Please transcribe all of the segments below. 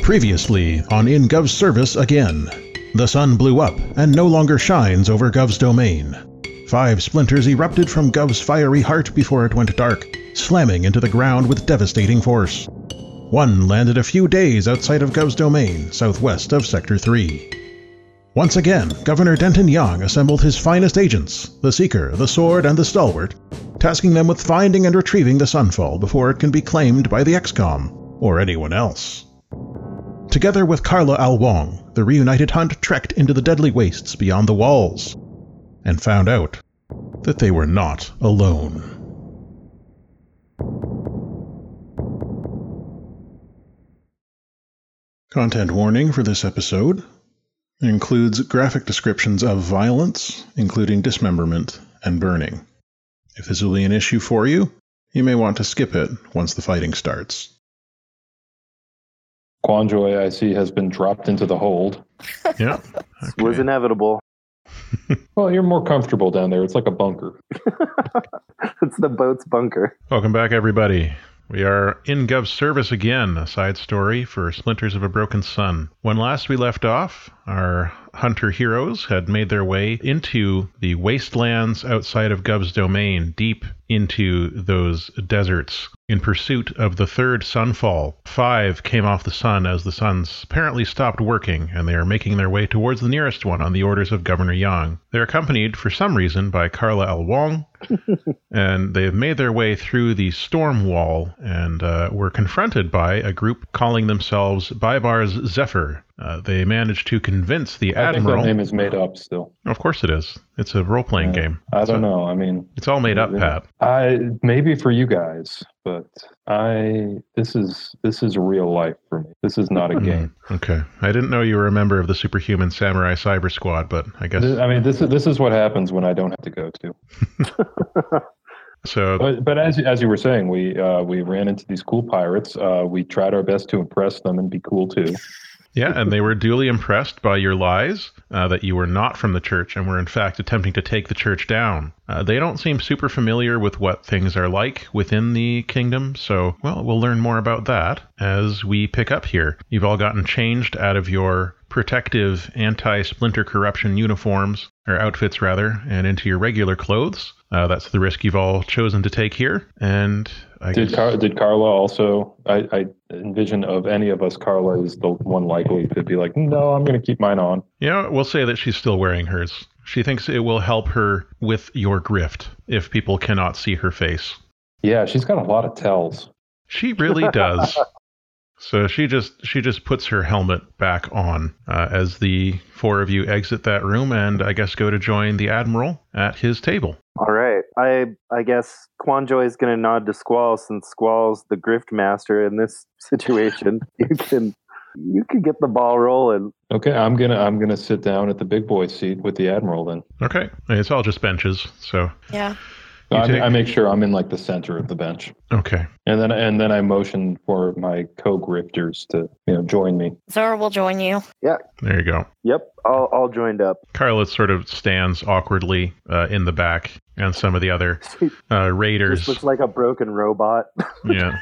Previously on In Gov's service again. The sun blew up and no longer shines over Gov's domain. Five splinters erupted from Gov's fiery heart before it went dark, slamming into the ground with devastating force. One landed a few days outside of Gov's domain, southwest of Sector 3. Once again, Governor Denton Young assembled his finest agents, the Seeker, the Sword, and the Stalwart, tasking them with finding and retrieving the Sunfall before it can be claimed by the XCOM, or anyone else. Together with Carla Al Wong, the reunited hunt trekked into the deadly wastes beyond the walls, and found out that they were not alone. Content warning for this episode includes graphic descriptions of violence, including dismemberment and burning. If this will be an issue for you, you may want to skip it once the fighting starts. Quanjoy, I see, has been dropped into the hold. Yeah. It was inevitable. Well, you're more comfortable down there. It's like a bunker. It's the boat's bunker. Welcome back, everybody. We are in Gov's service again, a side story for Splinters of a Broken Sun. When last we left off, our hunter heroes had made their way into the wastelands outside of Gov's domain, deep into those deserts, in pursuit of the third sunfall. Five came off the sun as the suns apparently stopped working, and they are making their way towards the nearest one on the orders of Governor Yang. They're accompanied, for some reason, by Carla L. Wong, and they have made their way through the storm wall and uh, were confronted by a group calling themselves Bybar's Zephyr. Uh, they managed to convince the I think that admiral. name is made up still. of course, it is. It's a role playing Yeah. game. I It's don't a- know. I mean, It's all made up, Yeah. Pat. I maybe for you guys, but I this is this is real life for me. This is not a Hmm, game. Okay. I didn't know you were a member of the Superhuman Samurai Cyber Squad, but I guess Th- I mean, this is this is what happens when I don't have to go to. so. But but as you- as you were saying, we uh, we ran into these cool pirates. Uh, we tried our best to impress them and be cool too. Yeah, and they were duly impressed by your lies uh, that you were not from the church and were in fact attempting to take the church down. Uh, they don't seem super familiar with what things are like within the kingdom, so, well, we'll learn more about that as we pick up here. You've all gotten changed out of your protective anti splinter corruption uniforms, or outfits rather, and into your regular clothes. Uh, that's the risk you've all chosen to take here, and I Did guess- Car- did Carla also? I, I envision of any of us, Carla is the one likely to be like, no, I'm going to keep mine on. Yeah, we'll say that she's still wearing hers. She thinks it will help her with your grift if people cannot see her face. Yeah, she's got a lot of tells. She really does. So she just she just puts her helmet back on uh, as the four of you exit that room and I guess go to join the admiral at his table. All right. I I guess Quanjoy is going to nod to Squall since Squall's the grift master in this situation. you can you can get the ball rolling. Okay, I'm gonna I'm gonna sit down at the big boy seat with the admiral. Then Okay, it's all just benches. So Yeah. You I, take- I make sure I'm in like the center of the bench, okay, and then and then I motion for my co-grifters to you know join me. Zora will join you. there you go. Yep. All all joined up. Carla sort of stands awkwardly uh, in the back, and some of the other She uh, just raiders. looks like a broken robot yeah,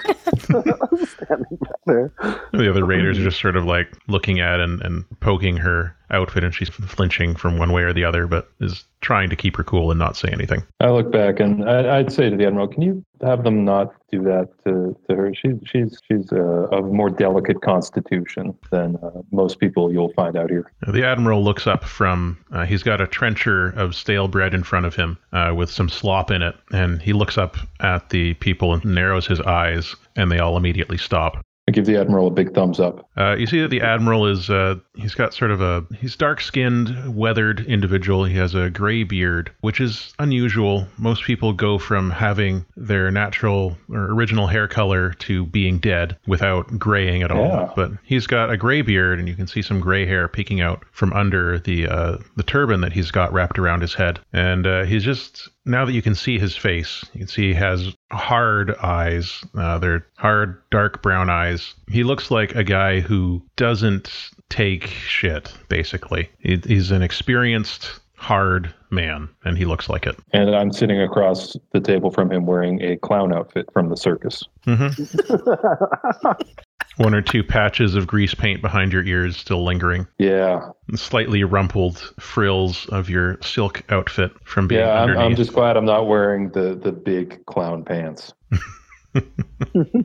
standing back there. The other raiders are just sort of like looking at and, and poking her outfit, and she's flinching from one way or the other, but is trying to keep her cool and not say anything. I look back and I, I'd say to the admiral, "Can you have them not do that to, to her? She's she's she's uh, of more delicate constitution than uh, most people you'll find out here." The admiral looks up from, uh, he's got a trencher of stale bread in front of him uh, with some slop in it, and he looks up at the people and narrows his eyes, and they all immediately stop. I give the admiral a big thumbs up. Uh, you see that the admiral is uh, he's got sort of a he's dark-skinned, weathered individual. He has a gray beard, which is unusual. Most people go from having their natural or original hair color to being dead without graying at all. Yeah. But he's got a gray beard, and you can see some gray hair peeking out from under the uh, the turban that he's got wrapped around his head. And uh, he's just now that you can see his face, you can see he has hard eyes. Uh, they're hard, dark brown eyes. He looks like a guy who doesn't take shit. Basically, he, he's an experienced, hard man, and he looks like it. And I'm sitting across the table from him wearing a clown outfit from the circus. Mm-hmm. One or two patches of grease paint behind your ears still lingering. Yeah, And slightly rumpled frills of your silk outfit from being yeah. I'm, underneath. I'm just glad I'm not wearing the the big clown pants. He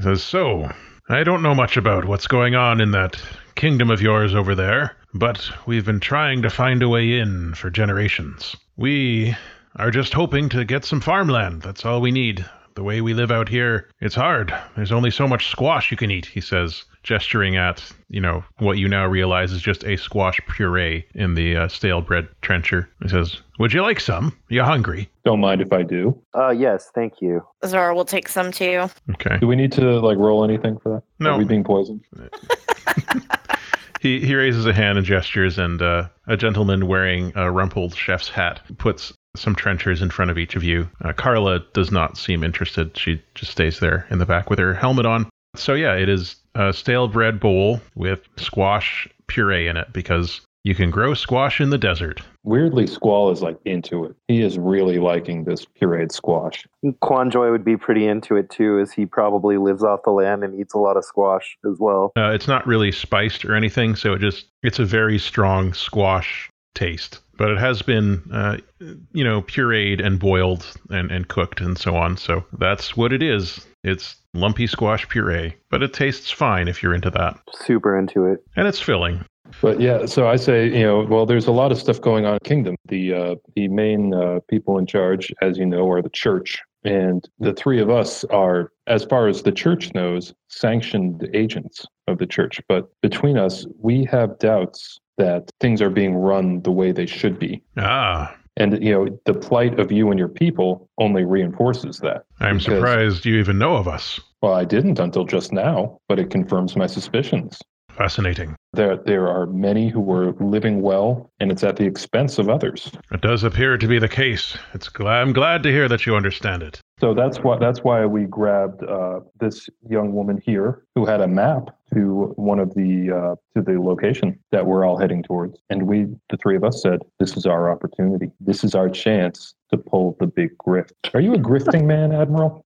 says, So, I don't know much about what's going on in that kingdom of yours over there, but we've been trying to find a way in for generations. We are just hoping to get some farmland. That's all we need. The way we live out here, it's hard. There's only so much squash you can eat, he says, gesturing at, you know, what you now realize is just a squash puree in the uh, stale bread trencher. He says, Would you like some? You hungry? Don't mind if I do. Uh, yes, thank you. Zora will take some too. Okay. Do we need to like roll anything for that? No. Are we being poisoned? He, he raises a hand and gestures, and uh, a gentleman wearing a rumpled chef's hat puts some trenchers in front of each of you. Uh, Carla does not seem interested. She just stays there in the back with her helmet on. So, yeah, it is a stale bread bowl with squash puree in it because you can grow squash in the desert. Weirdly, Squall is like into it. He is really liking this pureed squash. Quanjoy would be pretty into it too, as he probably lives off the land and eats a lot of squash as well. Uh, it's not really spiced or anything, so it just it's a very strong squash taste. But it has been, uh, you know, pureed and boiled and, and cooked and so on. So that's what it is. It's lumpy squash puree, but it tastes fine if you're into that, Super into it. and it's filling. But yeah, so I say, you know, well, there's a lot of stuff going on in the kingdom. The uh, the main uh, people in charge, as you know, are the church, and the three of us are, as far as the church knows, sanctioned agents of the church. But between us, we have doubts that things are being run the way they should be, Ah, and you know, the plight of you and your people only reinforces that. I'm Because- surprised you even know of us. Well, I didn't until just now, but it confirms my suspicions. Fascinating. There, there are many who were living well, and it's at the expense of others. It does appear to be the case. It's gl- I'm glad to hear that you understand it. So that's why that's why we grabbed uh, this young woman here who had a map to one of the uh, to the location that we're all heading towards, and we the three of us said this is our opportunity, this is our chance to pull the big grift. Are you a grifting man, Admiral?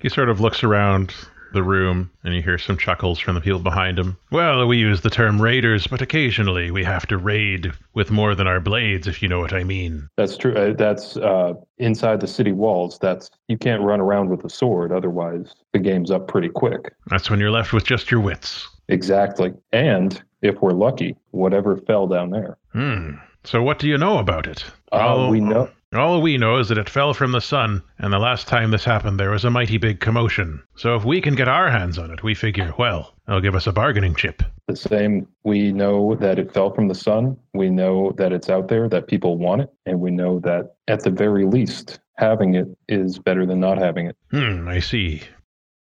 He sort of looks around the room and you hear some chuckles from the people behind him. Well, we use the term raiders, but occasionally we have to raid with more than our blades, if you know what I mean. That's true. Uh, that's uh, inside the city walls. That's you can't run around with a sword, otherwise the game's up pretty quick. That's when you're left with just your wits. Exactly. And if we're lucky, whatever fell down there. Hmm. So what do you know about it? Oh. Uh, we know All we know is that it fell from the sun, and the last time this happened, there was a mighty big commotion. So if we can get our hands on it, we figure, well, they'll give us a bargaining chip. the same. We know that it fell from the sun. We know that it's out there, that people want it. And we know that at the very least, having it is better than not having it. Hmm, I see.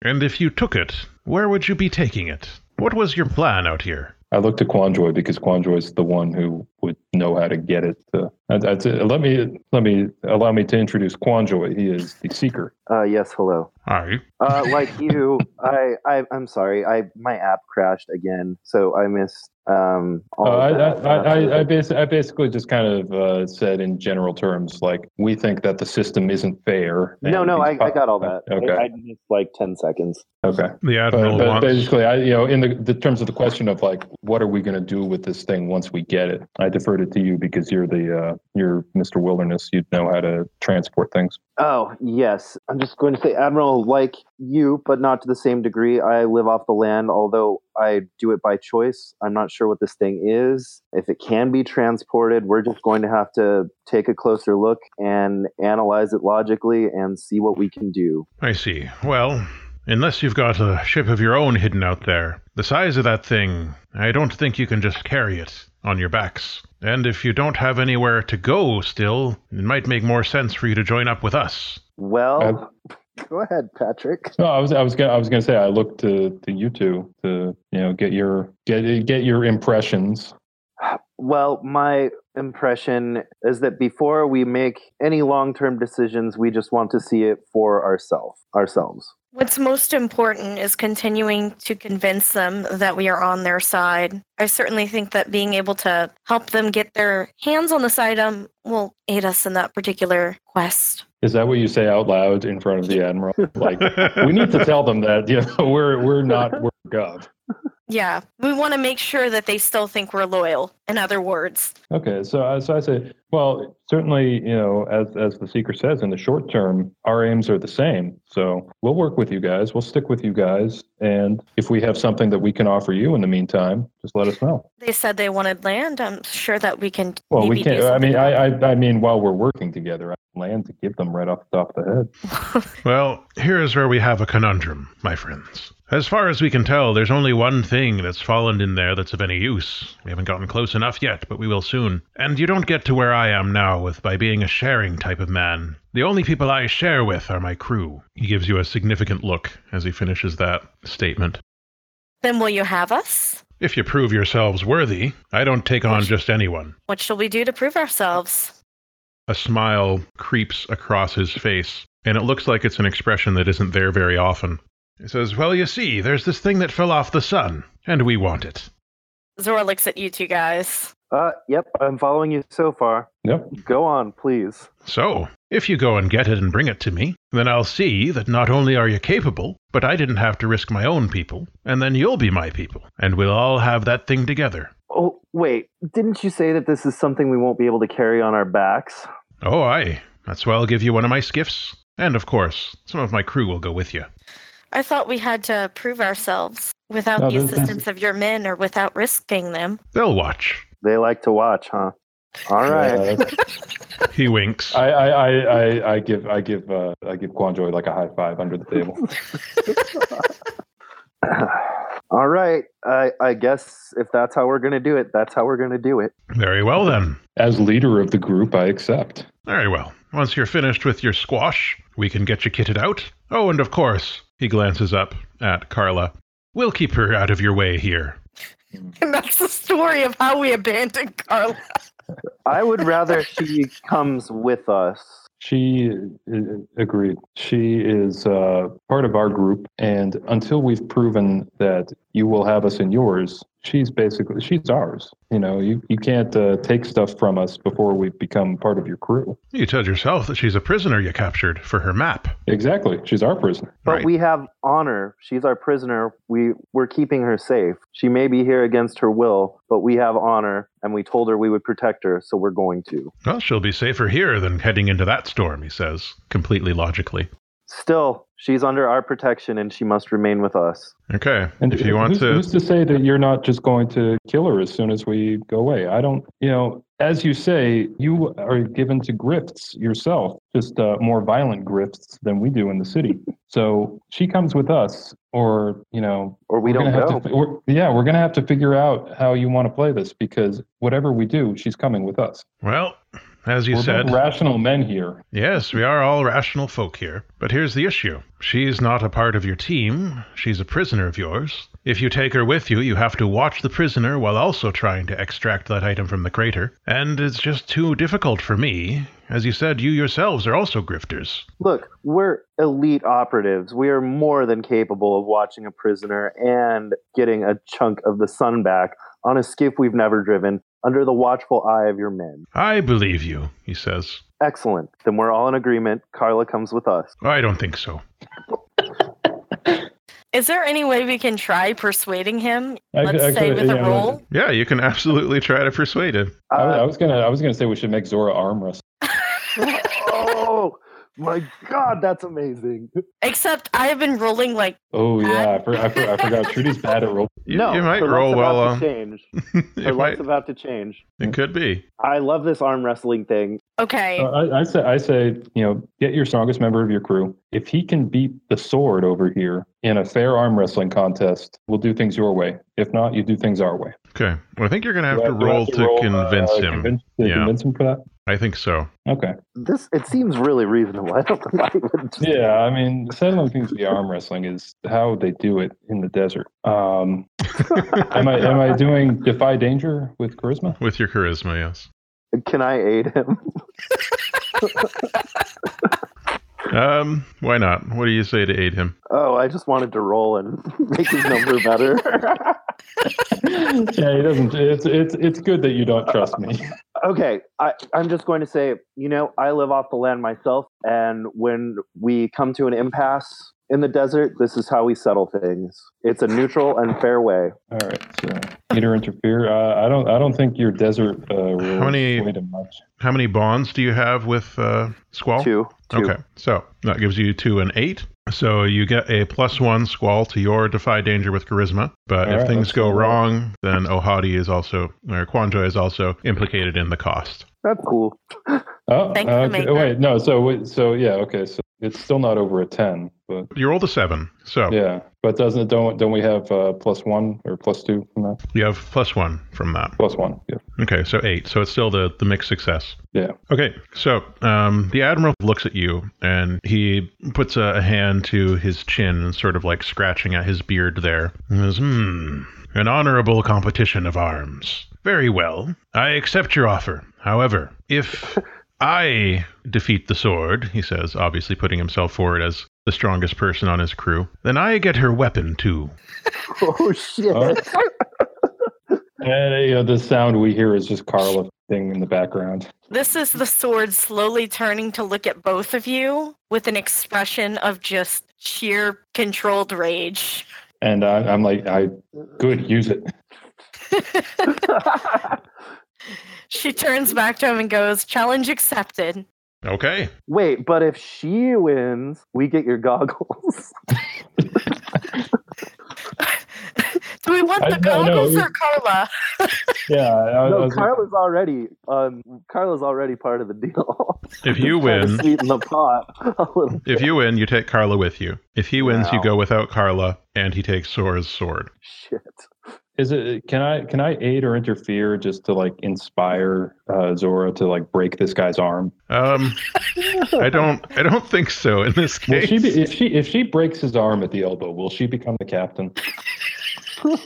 And if you took it, where would you be taking it? What was your plan out here? I look to Quanjoy because Quanjoy is the one who would know how to get it. To, I, I, let me let me allow me to introduce Quanjoy. He is the seeker. Uh, yes, hello. I Uh, like you, I, I, I'm sorry. I my app crashed again, so I missed um. All Uh, I, of that. I, I, I, I, basi- I basically just kind of uh, said in general terms, like we think that the system isn't fair. and no, no, I, these po- I got all that. Okay. I, I missed like ten seconds. okay. the But, admiral but wants. Uh, basically, I, you know, in the, the terms of the question of like, what are we going to do with this thing once we get it? I deferred it to you because you're the uh, you're Mr. Wilderness. You know how to transport things. Oh yes, I'm just going to say, Admiral, like you, but not to the same degree. I live off the land, although I do it by choice. I'm not sure what this thing is. If it can be transported, we're just going to have to take a closer look and analyze it logically and see what we can do. I see. Well, unless you've got a ship of your own hidden out there, the size of that thing, I don't think you can just carry it on your backs. And if you don't have anywhere to go still, it might make more sense for you to join up with us. Well, go ahead, Patrick. No, I was I was gonna I was gonna say I looked to, to you two to you know get your get get your impressions. Well, my impression is that before we make any long-term decisions, we just want to see it for ourselves, ourselves. What's most important is continuing to convince them that we are on their side. I certainly think that being able to help them get their hands on this item will aid us in that particular quest. Is that what you say out loud in front of the admiral? Like, we need to tell them that you know we're we're not we're gov. Yeah, we want to make sure that they still think we're loyal. In other words, Okay, so I- so I say, well, certainly, you know, as as the seeker says, in the short term, our aims are the same. So we'll work with you guys. We'll stick with you guys, and if we have something that we can offer you in the meantime, just let us know. they said they wanted land. I'm sure that we can. Well, maybe we can't. Do I mean, something I, about I I mean, while we're working together, I plan to give them right off the top of the head. Well, here's where we have a conundrum, my friends. As far as we can tell, there's only one thing that's fallen in there that's of any use. We haven't gotten close enough yet, but we will soon. And you don't get to where I am now with by being a sharing type of man. The only people I share with are my crew. He gives you a significant look as he finishes that statement. Then will you have us? If you prove yourselves worthy, I don't take on just anyone. What shall we do to prove ourselves? A smile creeps across his face, and it looks like it's an expression that isn't there very often. He says, Well, you see, there's this thing that fell off the sun, and we want it. Zora looks at you two guys. Uh, yep, I'm following you so far. Yep. Go on, please. So, if you go and get it and bring it to me, then I'll see that not only are you capable, but I didn't have to risk my own people, and then you'll be my people, and we'll all have that thing together. Oh, wait. Didn't you say that this is something we won't be able to carry on our backs? Oh, aye. That's why I'll give you one of my skiffs. And of course, some of my crew will go with you. I thought we had to prove ourselves without No, the there's- assistance of your men or without risking them. They'll watch. They like to watch, huh? All right. Uh, He winks. I, I, I, I, I give I give uh, I give Quanjoy like a high five under the table. All right. I, I guess if that's how we're going to do it, that's how we're going to do it. Very well then. As leader of the group, I accept. Very well. Once you're finished with your squash, we can get you kitted out. Oh, and of course, he glances up at Carla. We'll keep her out of your way here. And that's the story of how we abandoned Carla. I would rather she comes with us. She uh, agreed. She is uh, part of our group, and until we've proven that you will have us in yours, she's basically she's ours. You know, you you can't uh, take stuff from us before we become part of your crew. You told yourself that she's a prisoner you captured for her map. Exactly, she's our prisoner. But right. we have honor. She's our prisoner. We we're keeping her safe. She may be here against her will, but we have honor, and we told her we would protect her, so we're going to. well, she'll be safer here than heading into that storm, he says, completely logically. Still, she's under our protection, and she must remain with us. Okay. if you want who's, to. who's to say that you're not just going to kill her as soon as we go away? I don't, you know, as you say, you are given to grifts yourself, just uh, more violent grifts than we do in the city. so she comes with us, or you know, Or we we're don't gonna know. have to. We're, yeah, we're gonna have to figure out how you want to play this because whatever we do, she's coming with us. Well, as you we're said. both rational men here. Yes, we are all rational folk here. But here's the issue she's not a part of your team, she's a prisoner of yours. If you take her with you, you have to watch the prisoner while also trying to extract that item from the crater. And it's just too difficult for me. As you said, you yourselves are also grifters. Look, we're elite operatives. We are more than capable of watching a prisoner and getting a chunk of the sun back on a skiff we've never driven under the watchful eye of your men. I believe you, he says. Excellent. Then we're all in agreement. Carla comes with us. I don't think so. Is there any way we can try persuading him? I- Let's I say could- with a yeah, roll. Yeah, you can absolutely try to persuade him. I, I Uh, was gonna, I was gonna say we should make Zora arm wrestle. oh my god, that's amazing. Except I have been rolling like Oh yeah, I, for, I, for, I forgot. Trudy's bad at roll. You, no, you might her luck's roll about well. to Um, change. Her it, luck's might, about to change. it could be. I love this arm wrestling thing. okay. Uh, I, I say, I say, you know, get your strongest member of your crew. If he can beat the sword over here in a fair arm wrestling contest, we'll do things your way. If not, you do things our way. Okay. Well, I think you're going to have Do I- to do I roll have to roll, convince uh, him. Convince, to Yeah. convince him for that. I think so. Okay. This it seems really reasonable. I don't know why you wouldn't just- Yeah, I mean, settling things with the arm wrestling is how they do it in the desert. Um, am I am I doing defy danger with charisma? With your charisma, yes. Can I aid him? Um, why not? What do you say to aid him? Oh, I just wanted to roll and make his number better. yeah, he doesn't. It's it's it's good that you don't trust me. okay, I, I'm just going to say, you know, I live off the land myself, and when we come to an impasse in the desert, this is how we settle things. It's a neutral and fair way. All right, so either interfere. Uh, I don't. I don't think your desert uh, rules How many- weigh them much. How many bonds do you have with uh, Squall? Two, two. Okay, so that gives you two and eight. So you get a plus one squall to your defy danger with charisma. But All if right, things let's go do that. wrong, then Ohadi is also or Quanjo is also implicated in the cost. That's cool. Oh, Thanks for okay. making- wait, no. So wait, so yeah, okay. So it's still not over a ten, but You rolled a seven, so yeah. But doesn't it? Don't don't we have uh, plus one or plus two from that? you have plus one from that. Plus one. Yeah. Okay, so eight. So it's still the, the mixed success. Yeah. Okay, so um, the admiral looks at you and he puts a, a hand to his chin and sort of like scratching at his beard there. And goes, hmm, an honorable competition of arms. Very well, I accept your offer. However, if I defeat the sword, he says, obviously putting himself forward as the strongest person on his crew, then I get her weapon too. Oh shit! All right. and you know, the sound we hear is just Carla thing in the background. This is the sword slowly turning to look at both of you with an expression of just sheer controlled rage. And I, I'm like, I good use it. She turns back to him and goes, Challenge accepted. Okay. Wait, but if she wins, we get your goggles. Do we want I- the no, no, goggles we- or Carla? Yeah. I, I no, was like, Carla's already um, Carla's already part of the deal. If you Trying to win, sweeten the pot a little. If you win, you take Carla with you. If he wins, you Wow. go without Carla, and he takes Sora's sword. Shit. Is it? Can I can I aid or interfere just to like inspire uh, Zora to like break this guy's arm? Um, I don't, I don't think so in this Will case. she be, if she if she breaks his arm at the elbow, will she become the captain? we'll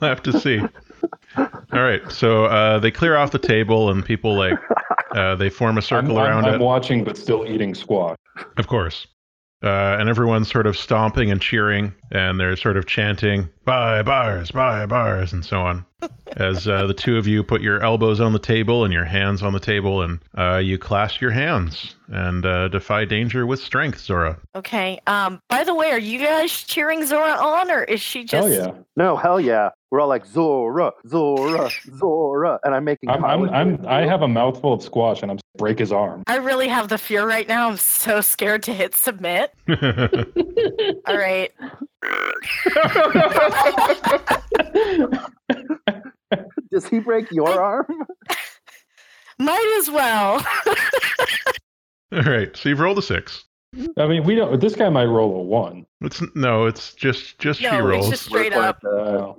have to see. All right, so uh, they clear off the table, and people like uh, they form a circle I'm, around I'm, I'm it, watching but still eating squash. of course. Uh, and everyone's sort of stomping and cheering, and they're sort of chanting "Buy bars, buy bars," and so on. As uh, the two of you put your elbows on the table and your hands on the table, and uh, you clasp your hands and uh, defy danger with strength, Zora. Okay. Um, by the way, are you guys cheering Zora on or is she just Hell yeah! No, hell yeah. We're all like Zora, Zora, Zora, and I'm making. I'm, I'm, Carla do I'm it. I have a mouthful of squash and I'm break his arm. I really have the fear right now. I'm so scared to hit submit. All right. Does he break your arm? Might as well. All right, so you've rolled a six. I mean, we don't. This guy might roll a one. It's no, it's just just she no, rolls. it's just straight Work up. like that.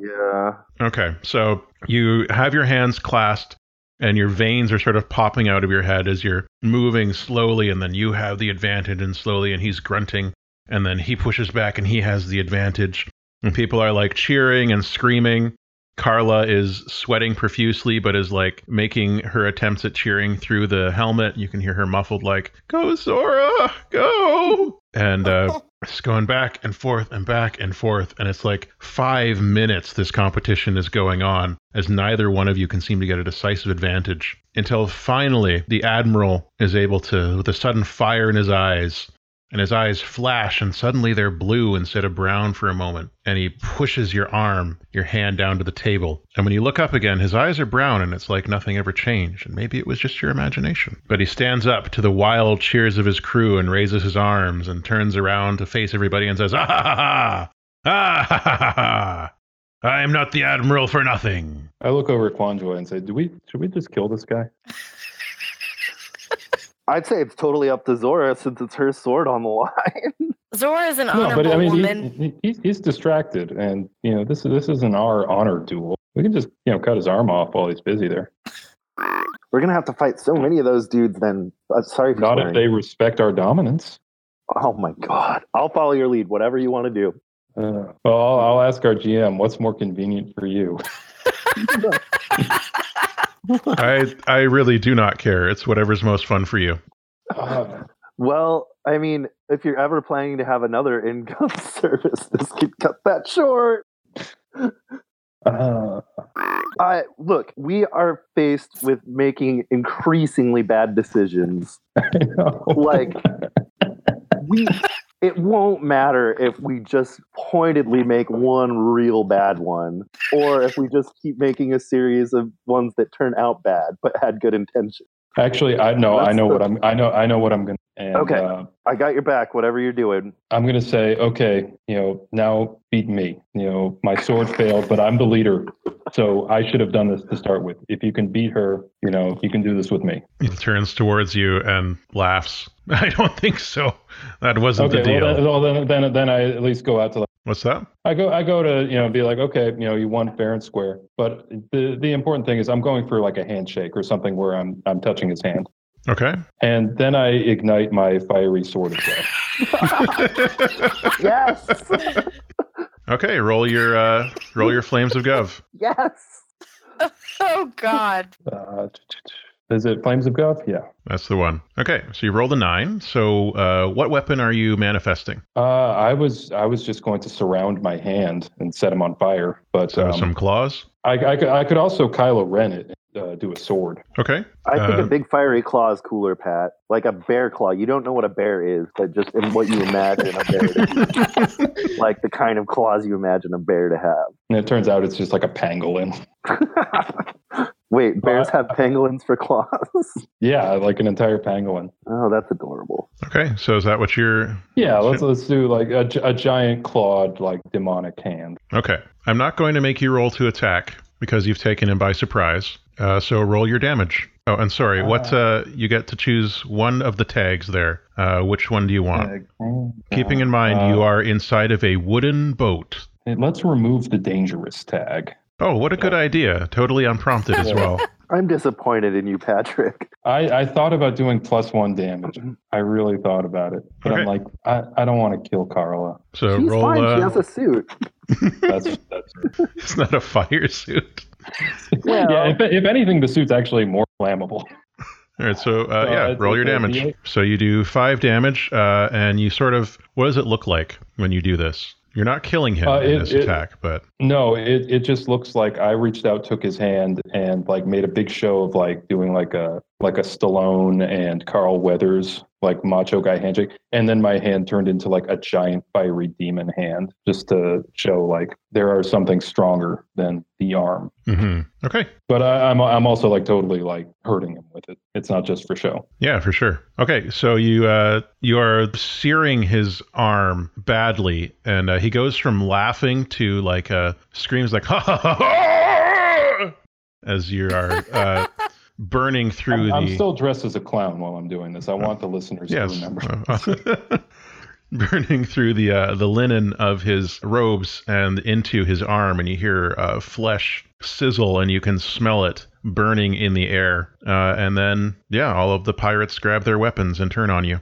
Yeah. Okay, so you have your hands clasped and your veins are sort of popping out of your head as you're moving slowly, and then you have the advantage and slowly, and he's grunting, and then he pushes back and he has the advantage. And people are like cheering and screaming. Carla is sweating profusely, but is like making her attempts at cheering through the helmet. You can hear her muffled, like, Go, Zora, go! And uh, it's going back and forth and back and forth, and it's like five minutes this competition is going on as neither one of you can seem to get a decisive advantage until finally the Admiral is able to, with a sudden fire in his eyes, and his eyes flash, and suddenly they're blue instead of brown for a moment, and he pushes your arm, your hand down to the table. And when you look up again, his eyes are brown, and it's like nothing ever changed, and maybe it was just your imagination. But he stands up to the wild cheers of his crew and raises his arms and turns around to face everybody and says, Ah ha ha ha! Ah ha ha ha ha! I am not the Admiral for nothing! I look over at Quanjoy and say, "Do we? Should we just kill this guy?" I'd say it's totally up to Zora since it's her sword on the line. Zora is an honorable he- woman. he, he's- he's distracted, and you know this is this isn't our honor duel. We can just you know cut his arm off while he's busy there. We're gonna have to fight so many of those dudes. Then uh, sorry for Not if swearing. they respect our dominance. Oh my god! I'll follow your lead. Whatever you want to do. Uh, well, I'll, I'll ask our GM. What's more convenient for you? I, I really do not care. It's whatever's most fun for you. Uh, Well, I mean, if you're ever planning to have another income service, this could cut that short. Uh, I look, we are faced with making increasingly bad decisions. I know. Like we it won't matter if we just pointedly make one real bad one or if we just keep making a series of ones that turn out bad but had good intention. Actually, I know. I That's know the- what I'm. I know. I know what I'm gonna. And, Okay. uh, I got your back whatever you're doing. I'm gonna say, okay, you know, now beat me. You know, my sword failed, but I'm the leader, so I should have done this to start with. If you can beat her, you know, you can do this with me. He turns towards you and laughs. I don't think so. That wasn't the Okay. deal. Well, then, well, then, then, then I at least go out to like. What's that? I go, I go to you know, be like, okay, you know, you won fair and square. But the the important thing is, I'm going for like a handshake or something where I'm I'm touching his hand, Okay. and then I ignite my fiery sword as well. Yes. okay, roll your uh, roll your flames of gov. yes. Oh God. Uh, t- t- t- is it flames of God? Yeah. That's the one. Okay, so you rolled a nine. So uh, what weapon are you manifesting? Uh, I was I was just going to surround my hand and set him on fire, but So um, some claws. I, I, could, I could also Kylo Ren it, uh, do a sword. Okay. I think Uh, a big fiery claw is cooler, Pat. Like a bear claw. You don't know what a bear is, but just in what you imagine a bear to be. like the kind of claws you imagine a bear to And it turns out it's just like a pangolin. have. Wait, bears have pangolins for claws? Yeah, like an entire pangolin. Oh, that's adorable. Okay. So is that what you're? Yeah, let's let's do like a, gi- a giant clawed like demonic hand. Okay. I'm not going to make you roll to attack because you've taken him by surprise. Uh, so roll your damage. Oh, and sorry. What uh, you get to choose one of the tags there. Uh, which one do you want? Keeping in mind you are inside of a wooden boat. Let's remove the dangerous tag. Oh, what a good idea. Totally unprompted as well. I'm disappointed in you, Patrick. I, I thought about doing plus one damage. I really thought about it, but Okay. I'm like, I, I don't want to kill Carla. So She's roll. fine. Uh, She has a suit. That's that's it's not a fire suit. Well- yeah, if, if anything, the suit's actually more flammable. All right, so uh, So yeah, it's roll like your a damage. D8? So you do five damage, uh, and you sort of what does it look like when you do this? You're not killing him Uh, in it- this it- attack, but No, it, it just looks like I reached out, took his hand, and like made a big show of like doing like a like a Stallone and Carl Weathers like macho guy handshake, and then my hand turned into like a giant fiery demon hand, just to show like there are something stronger than the arm. Mhm. okay, But I, I'm I'm also like totally like hurting him with it. It's not just for show. yeah, for sure. Okay, so you uh, you are searing his arm badly, and uh, he goes from laughing to like uh, screams like ha ha ha, ha as you are uh, burning through I'm, the. I'm still dressed as a clown while I'm doing this. I want the listeners to yes. remember. Uh, burning through the uh, the linen of his robes and into his arm, and you hear uh, flesh sizzle, and you can smell it burning in the air. Uh, and then, yeah, all of the pirates grab their weapons and turn on you.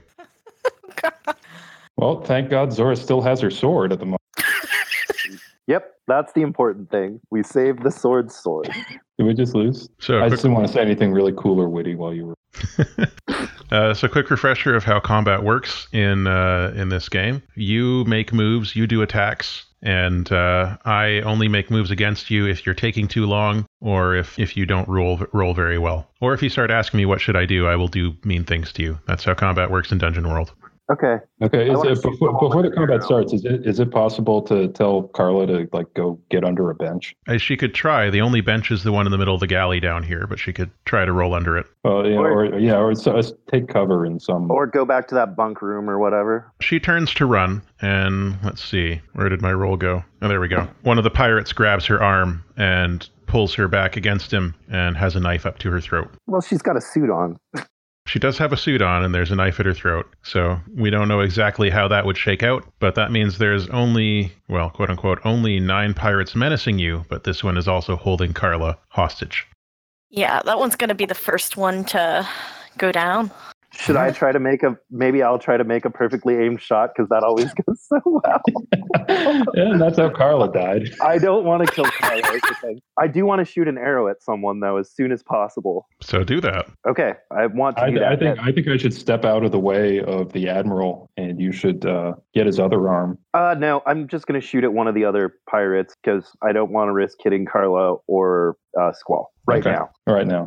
Well, thank God Zora still has her sword at the moment. Yep, that's the important thing. We saved the sword sword. Did we just lose? So, I quick, just didn't want to say anything really cool or witty while you were. uh, so quick refresher of how combat works in uh, in this game. You make moves, you do attacks, and uh, I only make moves against you if you're taking too long, or if if you don't roll roll very well, or if you start asking me what should I do, I will do mean things to you. That's how combat works in Dungeon World. Okay. Okay, I is wanna it, see before, someone before the with a combat arrow. starts, is it is it possible to tell Carla to like go get under a bench? As Uh, she could try, the only bench is the one in the middle of the galley down here, but she could try to roll under it. Well, Uh, yeah, Or- or, yeah, or so, so take cover in some. Or go back to that bunk room or whatever. She turns to run, and let's see, where did my roll go? Oh, there we go. One of the pirates grabs her arm and pulls her back against him and has a knife up to her throat. Well, she's got a suit on. She does have a suit on, and there's a knife at her throat. So we don't know exactly how that would shake out, but that means there's only, well, quote unquote, only nine pirates menacing you, but this one is also holding Carla hostage. Yeah, that one's gonna be the first one to go down. Should I try to make a? Maybe I'll try to make a perfectly aimed shot because that always goes so well. and that's how Carla died. I don't want to kill Carla. is the thing. I do want to shoot an arrow at someone though as soon as possible. So do that. Okay, I want to I, do I that. think then. I think I should step out of the way of the admiral, and you should uh, get his other arm. Uh, no, I'm just going to shoot at one of the other pirates because I don't want to risk hitting Carla or uh, Squall right Okay. now. All right now.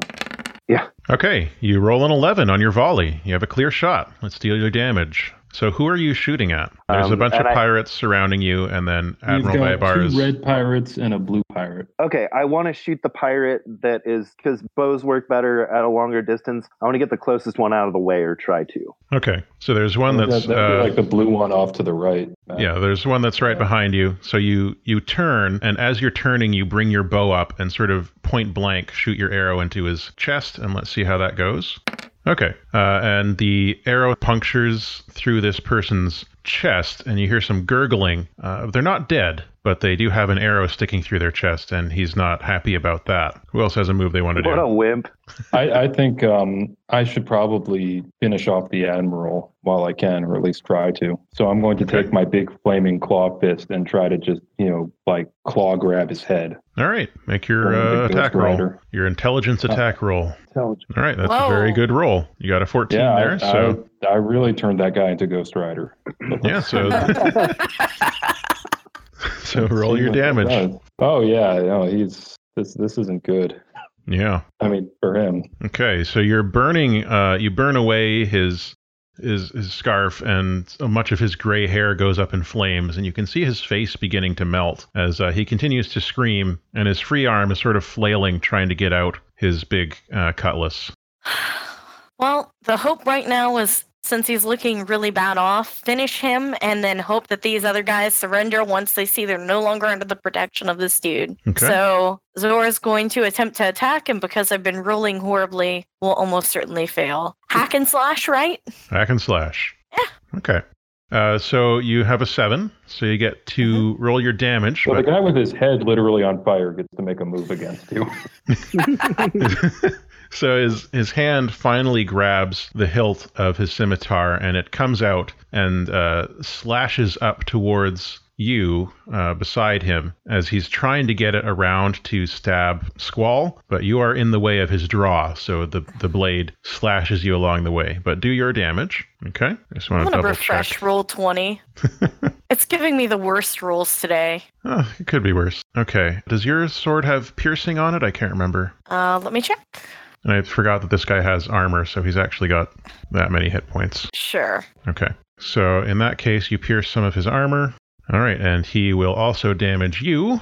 Okay, you roll an 11 on your volley. You have a clear shot. Let's deal your damage. So who are you shooting at? There's a Um, bunch of and I- pirates surrounding you, and then You've Admiral got Baybar is... two red pirates and a blue pirate. Okay, I want to shoot the pirate that is because bows work better at a longer distance. I want to get the closest one out of the way or try to. Okay, so there's one that's... that, that'd be uh, like the blue one off to the right. Uh, Yeah, there's one that's right behind you. So you you turn, and as you're turning, you bring your bow up and sort of point blank shoot your arrow into his chest, and let's see how that goes. Okay, uh, and the arrow punctures through this person's chest, and you hear some gurgling. Uh, they're not dead, but they do have an arrow sticking through their chest, and he's not happy about that. Who else has a move they want to What a do? wimp! I, I think um, I should probably finish off the admiral while I can, or at least try to. So I'm going to Okay. take my big flaming claw fist and try to just, you know, like claw grab his head. All right, make your Or uh, the Ghost attack roll. Rider. Uh, Your intelligence attack roll. All right, that's a Whoa. very good roll. You got a 14 Yeah, there, I, so. I, I really turned that guy into Ghost Rider. Yeah, so so roll See your what that damage. does. Oh yeah, no, he's this. This isn't good. Yeah. I mean, for him. Okay. So you're burning. Uh, you burn away his his his scarf, and so much of his gray hair goes up in flames, and you can see his face beginning to melt as uh, he continues to scream, and his free arm is sort of flailing, trying to get out his big uh, cutlass. Well, the hope right now is since he's looking really bad off, finish him and then hope that these other guys surrender once they see they're no longer under the protection of this dude. Okay. So Zora's going to attempt to attack him because I've been rolling horribly, will almost certainly fail. Hack and slash, right? Hack and slash. Yeah. Okay. Uh, so you have a seven, so you get to roll your damage. So but- the guy with his head literally on fire gets to make a move against you. so his his hand finally grabs the hilt of his scimitar and it comes out and uh, slashes up towards you uh, beside him as he's trying to get it around to stab Squall, but you are in the way of his draw, so the the blade slashes you along the way. But do your damage, okay? I just I'm want to gonna double refresh check. roll twenty. it's giving me the worst rolls today. Oh, it could be worse. Okay. Does your sword have piercing on it? I can't remember. Uh, let me check. And I forgot that this guy has armor, so he's actually got that many hit points. Sure. Okay. So in that case, you pierce some of his armor. All right, and he will also damage you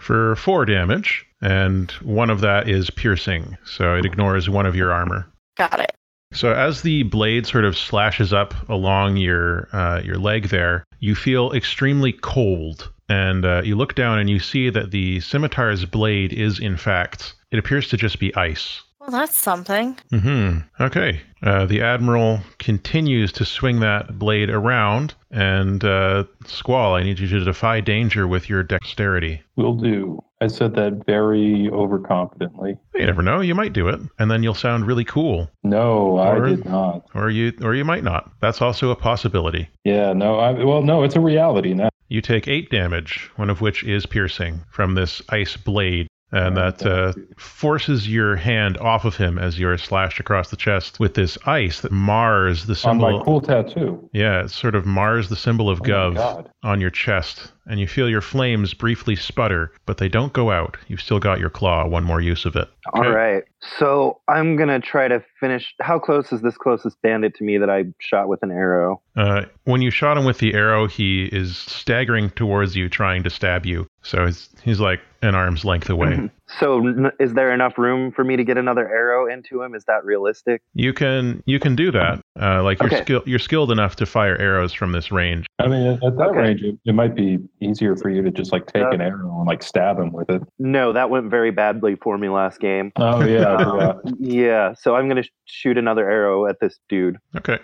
for four damage, and one of that is piercing, so it ignores one of your armor. Got it. So as the blade sort of slashes up along your uh, your leg there, you feel extremely cold, and uh, you look down and you see that the scimitar's blade is in fact it appears to just be ice. Well, that's something. Hmm. Okay. Uh, the admiral continues to swing that blade around, and uh, Squall, I need you to defy danger with your dexterity. Will do. I said that very overconfidently. You never know. You might do it, and then you'll sound really cool, No, Or- I did not. or you, or you might not. That's also a possibility. Yeah, no. I, well, no, it's a reality now. You take eight damage, one of which is piercing from this ice blade, and that uh, forces your hand off of him as you are slashed across the chest with this ice that mars the On symbol. my cool tattoo. Yeah, it sort of mars the symbol of Oh my Gov God. on your chest, and you feel your flames briefly sputter, but they don't go out. You've still got your claw, one more use of it. All right, so I'm gonna try to finish. How close is this closest bandit to me that I shot with an arrow? Uh, when you shot him with the arrow, he is staggering towards you, trying to stab you. So he's, he's like an arm's length Mm-hmm. away. So n- is there enough room for me to get another arrow into him? Is that realistic? you can you can do that. Uh, like you're Okay. skill you're skilled enough to fire arrows from this range. I mean, at, at that Okay. range, it, it might be easier for you to just like take an Uh, arrow and like stab him with it. No, that went very badly for me last game. Oh yeah, I forgot. Yeah, so I'm gonna sh- shoot another arrow at this dude. Okay.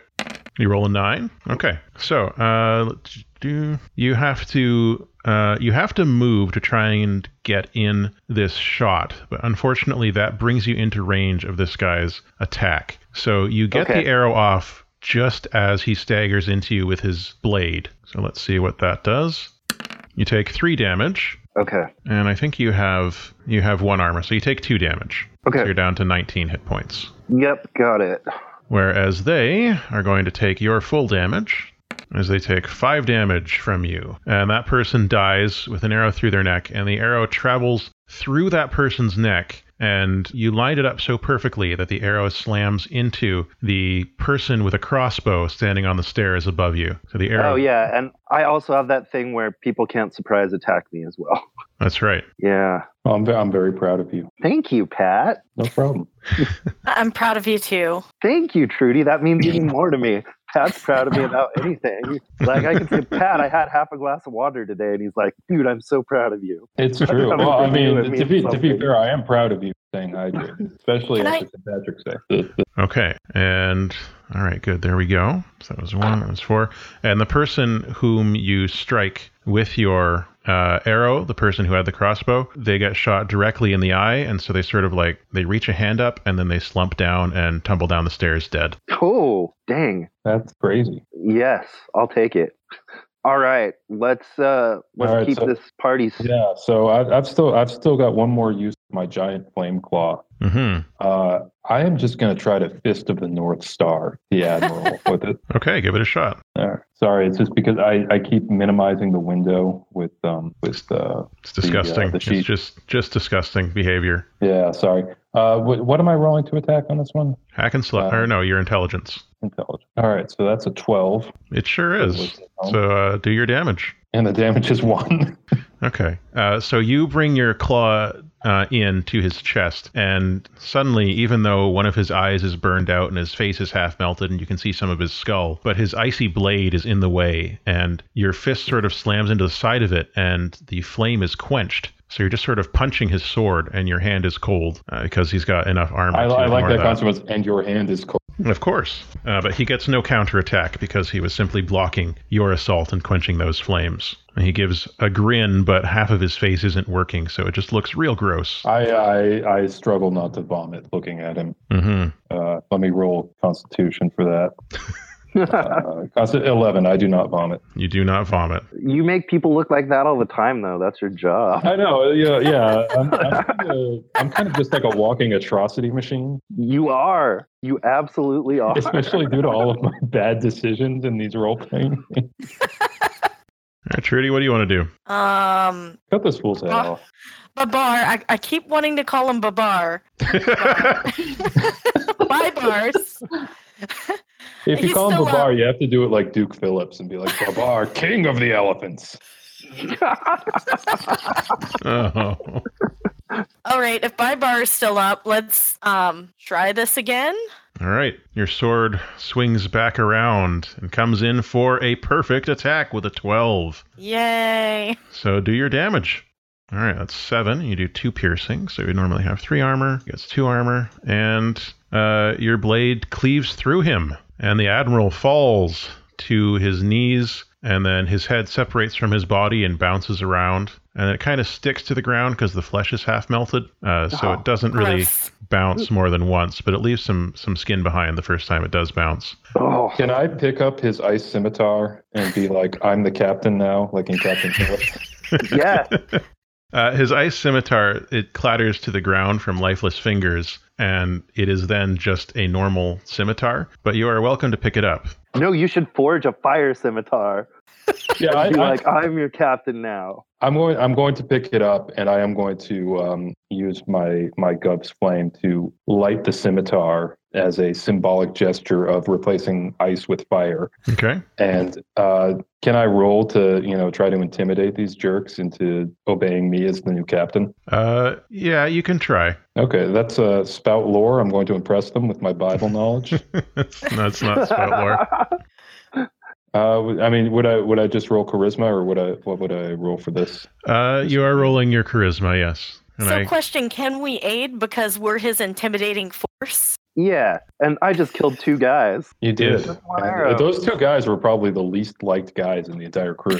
You roll a nine. Okay, so uh, let's do. You have to uh, you have to move to try and get in this shot, but unfortunately, that brings you into range of this guy's attack. So you get Okay. the arrow off just as he staggers into you with his blade. So let's see what that does. You take three damage, Okay. and I think you have you have one armor, so you take two damage. So Okay. you're down to 19 hit points Yep. Got it. whereas they are going to take your full damage as they take five damage from you. And that person dies with an arrow through their neck, and the arrow travels through that person's neck. And you lined it up so perfectly that the arrow slams into the person with a crossbow standing on the stairs above you. So the arrow. Oh yeah, and I also have that thing where people can't surprise attack me as well. That's right. Yeah. I'm, I'm very proud of you. Thank you, Pat. No problem. I- I'm proud of you too. Thank you, Trudy. That means even more to me. Pat's proud of me about anything. Like I can say, Pat, I had half a glass of water today, and he's like, dude, I'm so proud of you. It's true. I'm Well, I proud of you. It mean, to be, means to be something. fair, I am proud of you saying I did, especially Can I- after St. Patrick's Day. The- the- Okay. And all right, good. There we go. So that was one, that was four. And the person whom you strike with your uh, arrow, the person who had the crossbow, they get shot directly in the eye. And so they sort of like, they reach a hand up and then they slump down and tumble down the stairs dead. Oh, dang. That's crazy. Yes, I'll take it. All right, let's uh let's All right, keep so- this party. s- Yeah. So I, I've still I've still got one more use of my giant flame claw. hmm Uh, I am just going to try to fist of the North Star, the Admiral, with it. Okay, give it a shot. Uh, sorry, it's just because I, I keep minimizing the window with um with uh It's disgusting. the it's sheet. just, just disgusting behavior. yeah sorry uh wh- what am I rolling to attack on this one? Hack and slash, Uh, or no, your intelligence. Intelligence. All right, so that's a twelve, It sure is. um, So uh, do your damage. and the damage is one. Okay. Uh, so you bring your claw uh, in to his chest, and suddenly, even though one of his eyes is burned out and his face is half melted, and you can see some of his skull, but his icy blade is in the way, and your fist sort of slams into the side of it, and the flame is quenched. So you're just sort of punching his sword, and your hand is cold uh, because he's got enough armor. I, to I like ignore that consequence. And your hand is cold. Of course. Uh, but he gets no counterattack because he was simply blocking your assault and quenching those flames. And he gives a grin, but half of his face isn't working, so it just looks real gross. I, I I struggle not to vomit looking at him. hmm Uh, let me roll Constitution for that. Uh, consti- Eleven. I do not vomit. You do not vomit. you make people look like that all the time, though. That's your job. I know. Yeah, yeah. I'm, I'm, kind of, I'm kind of just like a walking atrocity machine, You are. You absolutely are. Oh especially due to all of my bad decisions in these role playing. All right, Trudy, what do you want to do? Um, Cut this fool's head off. Babar, I, I keep wanting to call him Babar. Bye, Bars. If you He's call him still Babar, you have to do it like Duke Phillips and be like, Babar, king of the elephants. Oh. All right, if Bye Bar is still up, let's um try this again. All right. Your sword swings back around and comes in for a perfect attack with a 12. Yay! So do your damage. All right, that's seven. You do two piercing, so you normally have three armor. Gets two armor, and uh, your blade cleaves through him, and the admiral falls to his knees, and then his head separates from his body and bounces around, and it kind of sticks to the ground because the flesh is half melted, uh, so Oh, it doesn't really Gross. bounce more than once, but it leaves some some skin behind the first time it does bounce. oh, Can I pick up his ice scimitar and be like, I'm the captain now, like in Captain Phillips? yes. Uh, his ice scimitar it clatters to the ground from lifeless fingers, and it is then just a normal scimitar. But you are welcome to pick it up. No, you should forge a fire scimitar. Yeah, I, Be I, like, I'm your captain now. I'm going. I'm going to pick it up, and I am going to um, use my my Gov's flame to light the scimitar as a symbolic gesture of replacing ice with fire. Okay. And uh, can I roll to you know try to intimidate these jerks into obeying me as the new captain? Uh, yeah, you can try. Okay, that's a uh, spout lore. I'm going to impress them with my Bible knowledge. That's that's not spout lore. uh, w- I mean, would I would I just roll charisma, or would I what would I roll for this? Uh, you are rolling your charisma, yes. And so, I, question: Can we aid because we're his intimidating force? Yeah, and I just killed two guys. You did. Yes. Wow. And Those two guys were probably the least liked guys in the entire crew.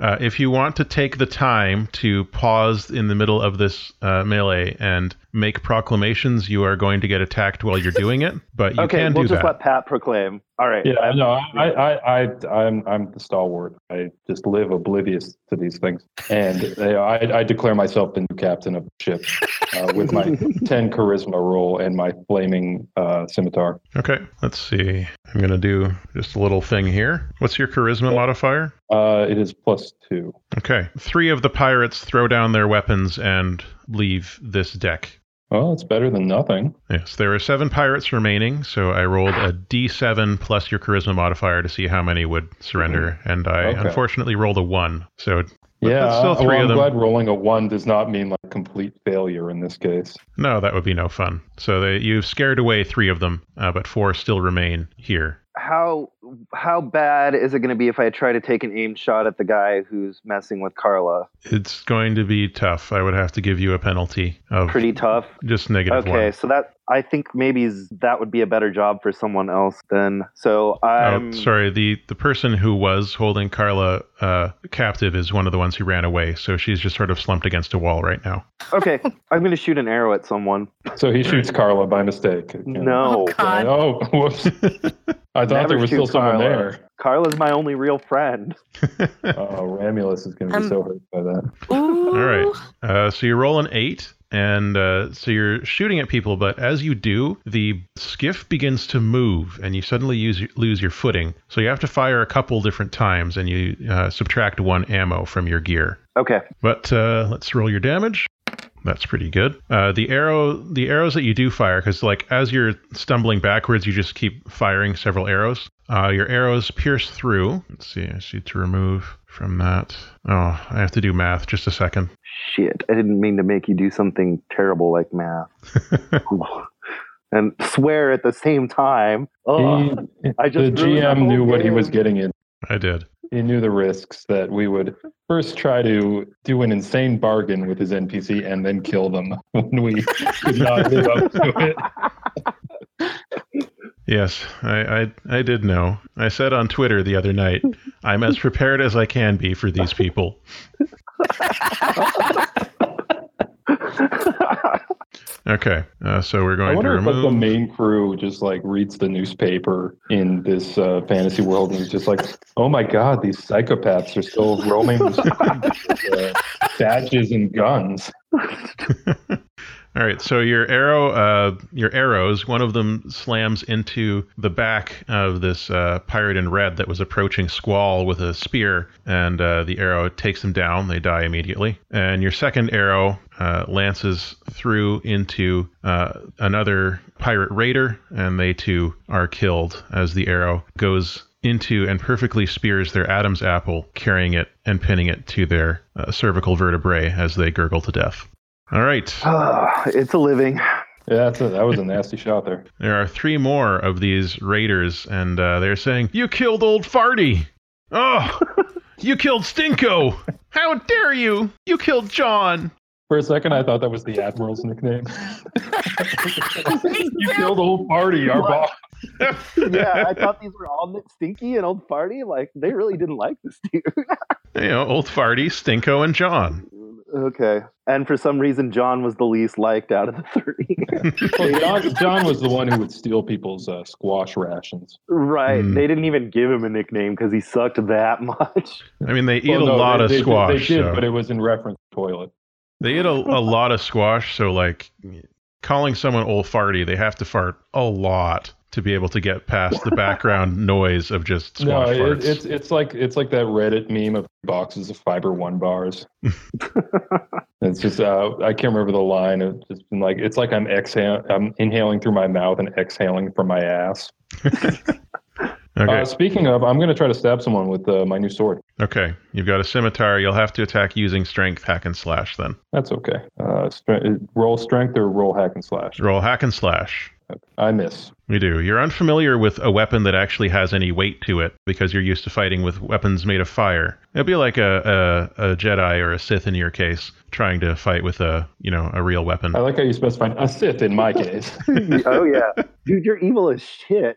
Uh, if you want to take the time to pause in the middle of this uh, melee and make proclamations, you are going to get attacked while you're doing it. But you okay, can we'll do just that. let Pat proclaim. All right. Yeah, no, I, I, I, I'm, I'm the stalwart. I just live oblivious to these things, and you know, I, I declare myself the new captain of the ship uh, with my ten charisma roll and my flaming uh, scimitar. Okay, let's see. I'm going to do just a little thing here. What's your Oh. charisma modifier? Uh, it is plus two. Okay. Three of the pirates throw down their weapons and leave this deck. Well, it's better than nothing. Yes, there are seven pirates remaining, so I rolled a d7 plus your charisma modifier to see how many would surrender, Mm-hmm. and I Okay. unfortunately rolled a one. So But yeah, uh, that's still well, three of I'm them. glad rolling a one does not mean like complete failure in this case. no, that would be no fun. So they, you've scared away three of them, uh, but four still remain here. How how bad is it going to be if I try to take an aim shot at the guy who's messing with Carla? It's going to be tough. I would have to give you a penalty of Pretty tough. just negative okay, one. so that I think maybe s- that would be a better job for someone else then. So I'm oh, sorry. The the person who was holding Carla uh, captive is one of the ones who ran away, so she's just sort of slumped against a wall right now. okay. I'm going to shoot an arrow at someone. So he shoots Carla by mistake. Yeah. No, Oh, God. Oh, whoops! I thought Never there was shoot still someone Carla. there. Carla's my only real friend. Oh, Ramulus is going to be Um, so hurt by that. Ooh. right. Uh, so you roll an eight, and uh, so you're shooting at people. But as you do, the skiff begins to move, and you suddenly use, lose your footing. So you have to fire a couple different times, and you uh, subtract one ammo from your gear. Okay. But uh, let's roll your damage. That's pretty good. Uh, the arrow, the arrows that you do fire, because like as you're stumbling backwards, you just keep firing several arrows. Uh, your arrows pierce through. Let's see. I see to remove from that. Oh, I have to do math. Just a second. Shit, I didn't mean to make you do something terrible like math. and swear at the same time. Oh, He- I the just ruined my GM whole knew what he game. was getting in. I did. He knew the risks that we would first try to do an insane bargain with his NPC and then kill them when we could not live up to it. Yes, I, I I did know. I said on Twitter the other night, I'm as prepared as I can be for these people. Okay, uh, so we're I going to wonder if like, the remove. main crew just like reads the newspaper in this uh, fantasy world and is just like, oh my god, these psychopaths are still roaming the streets with, uh, badges and guns. All right, so your arrow, uh, your arrows, one of them slams into the back of this uh, pirate in red that was approaching Squall with a spear, and uh, the arrow takes them down. They die immediately. And your second arrow uh, lances through into uh, another pirate raider, and they too are killed as the arrow goes into and perfectly spears their Adam's apple, carrying it and pinning it to their uh, cervical vertebrae as they gurgle to death. All right. Ah, it's a living. Yeah, that's a, that was a nasty shot there. There are three more of these raiders, and uh, they're saying, You killed old Farty! Oh! you killed Stinko! How dare you! You killed John! For a second, I thought that was the admiral's nickname. you killed old party, our boss. Yeah, I thought these were all Stinky and Old Farty. Like, they really didn't like this dude. You know, old Farty, Stinko, and John. Okay. And for some reason, John was the least liked out of the three. Well, John, John was the one who would steal people's uh, squash rations. right. Hmm. They didn't even give him a nickname because he sucked that much. I mean, they eat Well, a no, lot they- of they did- squash. They did, so- but it was in reference to toilet. They eat a, a lot of squash, so like calling someone old farty, they have to fart a lot to be able to get past the background noise of just No, squash farts. it, it's it's like it's like that Reddit meme of boxes of fiber one bars. it's just uh, I can't remember the line. It's just been like it's like I'm exhaling, I'm inhaling through my mouth and exhaling from my ass. okay, Uh, speaking of, I'm gonna try to stab someone with uh, my new sword. okay. You've got a scimitar. You'll have to attack using strength, hack and slash. Then That's okay. Uh, stre- roll strength or roll hack and slash. roll hack and slash. I miss. We do. You're unfamiliar with a weapon that actually has any weight to it because you're used to fighting with weapons made of fire. It'd be like a, a, a Jedi or a Sith in your case, trying to fight with a you know a real weapon. I like how you specified a Sith in my case. oh yeah, dude, you're evil as shit.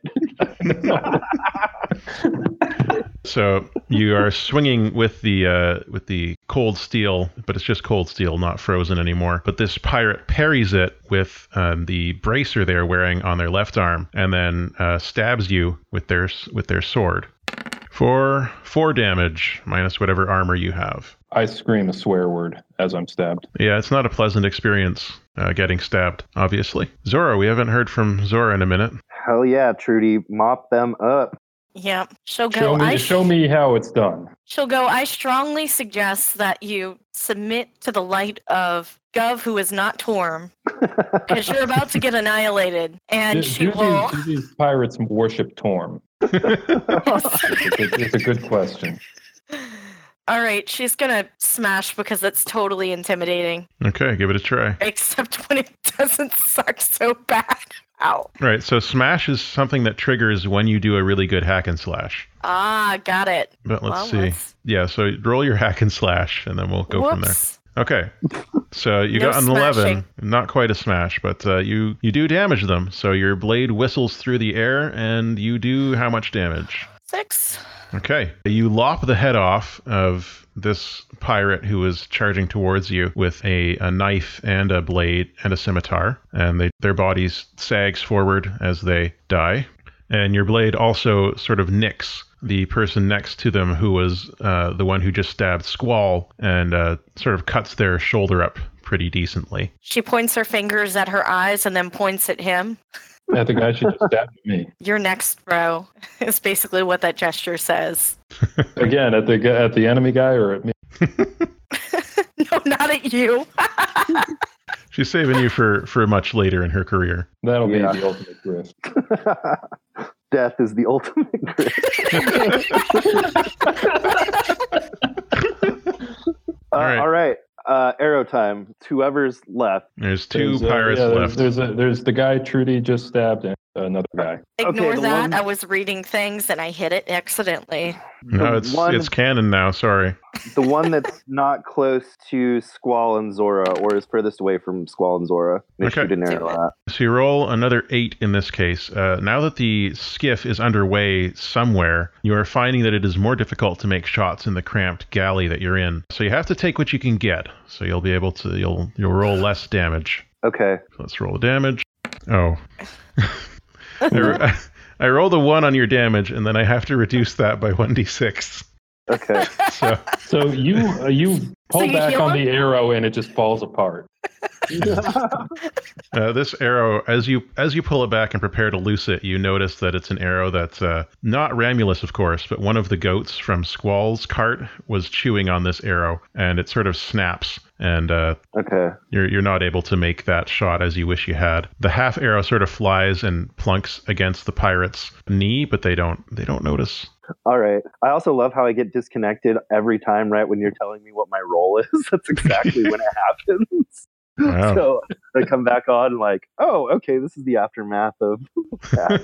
So you are swinging with the uh, with the cold steel, but it's just cold steel, not frozen anymore. But this pirate parries it with um, the bracer they're wearing on their left arm, and then uh, stabs you with their with their sword for four damage minus whatever armor you have. I scream a swear word as I'm stabbed. Yeah, it's not a pleasant experience uh, getting stabbed. Obviously, Zora. We haven't heard from Zora in a minute. Hell yeah, Trudy, mop them up. Yeah, she'll go. Show I me, show me how it's done. She'll go. I strongly suggest that you submit to the light of Gov, who is not Torm, because you're about to get annihilated, and Do- she do will. these, do these pirates worship Torm? It's a good, it's a good question. All right, she's gonna smash because it's totally intimidating. Okay, give it a try. Except when it doesn't suck so bad. Ow. Right. So smash is something that triggers when you do a really good hack and slash. Ah, got it. But let's Well, see. let's- Yeah. So roll your hack and slash, and then we'll go from there. Whoops. Okay. So you No got an smashing. 11. Not quite a smash, but uh, you, you do damage them. So your blade whistles through the air, and you do how much damage? Six. Okay. You lop the head off of this pirate who is charging towards you with a, a knife and a blade and a scimitar, and they, their bodies sags forward as they die. And your blade also sort of nicks the person next to them who was uh, the one who just stabbed Squall and uh, sort of cuts their shoulder up pretty decently. She points her fingers at her eyes and then points at him. I think I should just stab me You're next, bro, is basically what that gesture says. again at the gu- at the enemy guy or at me. No, not at you. She's saving you for, for much later in her career. That'll Yeah. be the ultimate drift. Death is the ultimate grip. Uh, All right. All right. Uh, arrow time. Whoever's left. There's two There's, uh, pirates yeah, left. There's there's, a, there's the guy Trudy just stabbed and another guy. Ignore the that. one- I was reading things and I hit it accidentally. no, the it's, one- it's canon now. Sorry. The one that's not close to Squall and Zora, or is furthest away from Squall and Zora. They Okay. shoot an arrow at. So you roll another eight in this case. Uh, now that the skiff is underway somewhere, you are finding that it is more difficult to make shots in the cramped galley that you're in. So you have to take what you can get. So you'll be able to you'll you'll roll less damage. Okay. So let's roll the damage. Oh, I, I rolled a one on your damage, and then I have to reduce that by one d six. Okay. So So you uh, you pull you back heal on him? the arrow and it just falls apart. Uh, this arrow, as you as you pull it back and prepare to loose it, you notice that it's an arrow that's uh, not Ramulus, of course, but one of the goats from Squall's cart was chewing on this arrow, and it sort of snaps, and uh, okay. you're you're not able to make that shot as you wish you had. The half arrow sort of flies and plunks against the pirate's knee, but they don't they don't notice. All right. I also love how I get disconnected every time, right when you're telling me what my role is. That's exactly when it happens. Wow. So I come back on, like, oh, okay, this is the aftermath of that.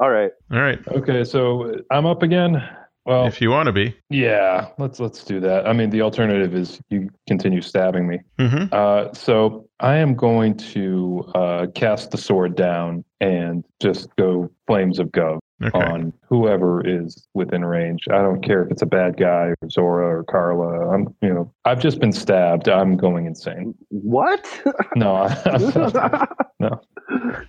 All right. All right, Okay, so I'm up again. Well, if you want to be. yeah, let's let's do that. I mean, the alternative is you continue stabbing me. Mm-hmm. Uh, so I am going to uh, cast the sword down and just go flames of gov Okay. on whoever is within range. I don't care if it's a bad guy or Zora or Carla. I'm you know I've just been stabbed. I'm going insane. What? No, I'm,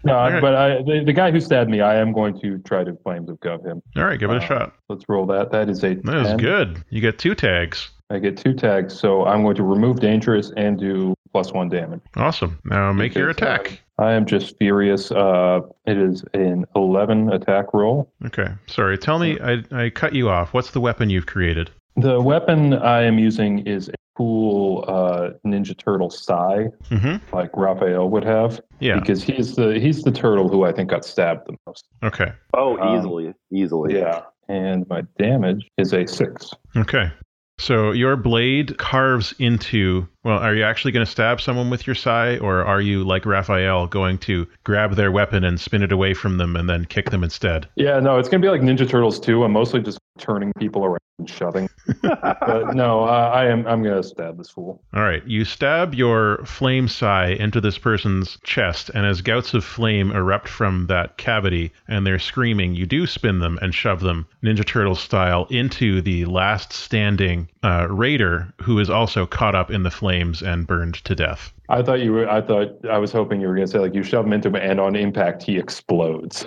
no, Okay. but I, the, the guy who stabbed me, I am going to try to flames of gov him. All right, give it a Uh, shot. Let's roll that. That is a That is 10. good. You get two tags. I get two tags, so I'm going to remove dangerous and do plus one damage. Awesome. Now make your Because, uh, attack. I am just furious. Uh, it is an 11 attack roll. Okay. Sorry. Tell me, I, I cut you off. What's the weapon you've created? The weapon I am using is a cool uh, Ninja Turtle sai, Mm-hmm. like Raphael would have, Yeah. because he's the he's the turtle who I think got stabbed the most. Okay. Oh, Um, easily. Easily. Yeah, and my damage is a six. Okay. So your blade carves into Well, are you actually going to stab someone with your sai, or are you, like Raphael, going to grab their weapon and spin it away from them and then kick them instead? Yeah, no, it's gonna be like Ninja Turtles too. I'm mostly just turning people around and shoving. but no, uh, I am. I'm gonna stab this fool. All right, you stab your flame sai into this person's chest, and as gouts of flame erupt from that cavity and they're screaming, you do spin them and shove them, Ninja Turtle style, into the last standing uh, raider who is also caught up in the flames and burned to death. I thought you were. I thought I was hoping you were gonna say like you shove him into him, and on impact he explodes.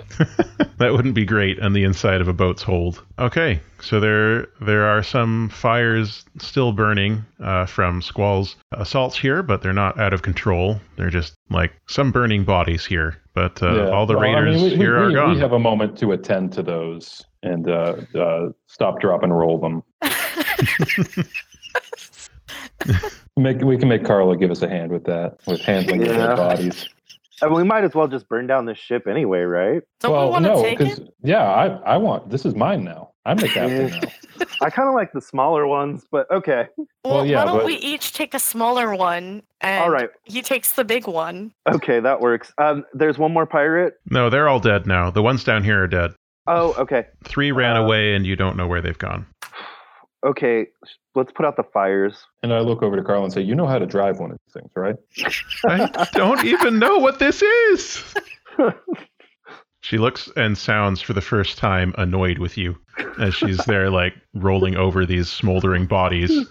That wouldn't be great on the inside of a boat's hold. Okay, so there there are some fires still burning uh, from Squall's assaults here, but they're not out of control. They're just like some burning bodies here. But uh, Yeah. all the Well, I mean, raiders we- we- here we- are gone. We have a moment to attend to those and uh, uh, stop, drop, and roll them. Make, we can make Carla give us a hand with that, with handling the Yeah. dead bodies. And we might as well just burn down this ship anyway, right? Don't we want to take it? 'cause- yeah, I, I want this is mine now. I'm the captain now. I kind of like the smaller ones, but okay. Well, Well, yeah, why don't but- we each take a smaller one and All right. he takes the big one? Okay, that works. Um, there's one more pirate. no, they're all dead now. The ones down here are dead. Oh, okay. Three ran Uh, away, and you don't know where they've gone. Okay, let's put out the fires. And I look over to Carla and say, "You know how to drive one of these things, right?" I don't even know what this is. She looks and sounds for the first time annoyed with you as she's there, like rolling over these smoldering bodies.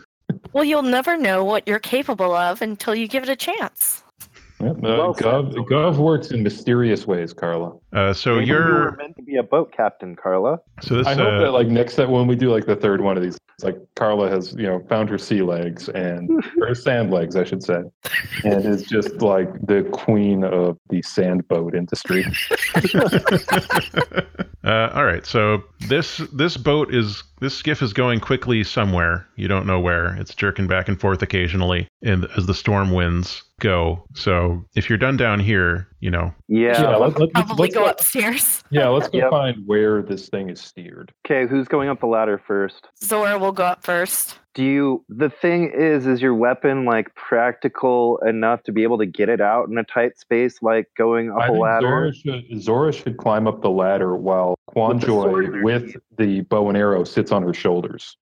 Well, you'll never know what you're capable of until you give it a chance. Yep, uh, Well said. Gov, Gov works in mysterious ways, Carla. Uh, so Maybe you you're were meant to be a boat captain, Carla. so this. I uh, hope that like next that when we do like the third one of these, it's like Carla has you know found her sea legs and her sand legs, I should say, and is just like the queen of the sand boat industry. Uh, all right, so this this boat is this skiff is going quickly somewhere. You don't know where. It's jerking back and forth occasionally, and as the storm winds go. So if you're done down here, you know Yeah. let, let, Probably let's go go- upstairs. Yeah, let's go Yep. find where this thing is steered. Okay, who's going up the ladder first? Zora will go up first. Do you? The thing is, is your weapon like practical enough to be able to get it out in a tight space, like going up I a think ladder? Zora should, Zora should climb up the ladder while the sword in Quanjoy her with hand. the bow and arrow sits on her shoulders.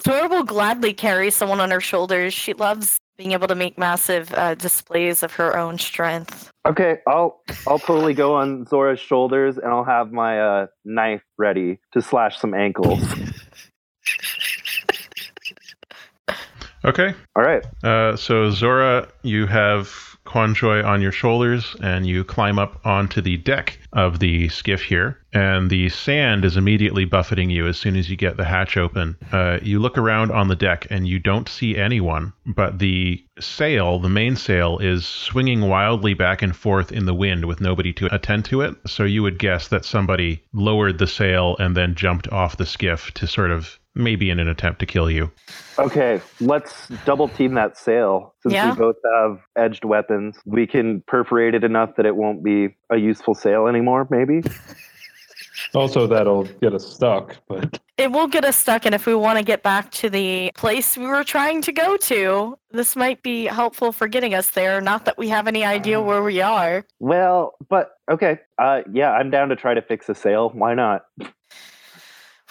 Zora will gladly carry someone on her shoulders. She loves being able to make massive uh, displays of her own strength. Okay, I'll I'll totally go on Zora's shoulders, and I'll have my uh, knife ready to slash some ankles. Okay. All right. Uh, so Zora, you have Quanjoy on your shoulders, and you climb up onto the deck of the skiff here, and the sand is immediately buffeting you as soon as you get the hatch open. Uh, you look around on the deck, and you don't see anyone, but the sail, the mainsail, is swinging wildly back and forth in the wind with nobody to attend to it. So you would guess that somebody lowered the sail and then jumped off the skiff to sort of maybe in an attempt to kill you. Okay, let's double team that sail. Since Yeah. we both have edged weapons, we can perforate it enough that it won't be a useful sail anymore. Maybe. Also, that'll get us stuck, but It will get us stuck, and if we want to get back to the place we were trying to go to, this might be helpful for getting us there. Not that we have any idea where we are. Well, but okay. Uh, yeah, I'm down to try to fix a sail. Why not?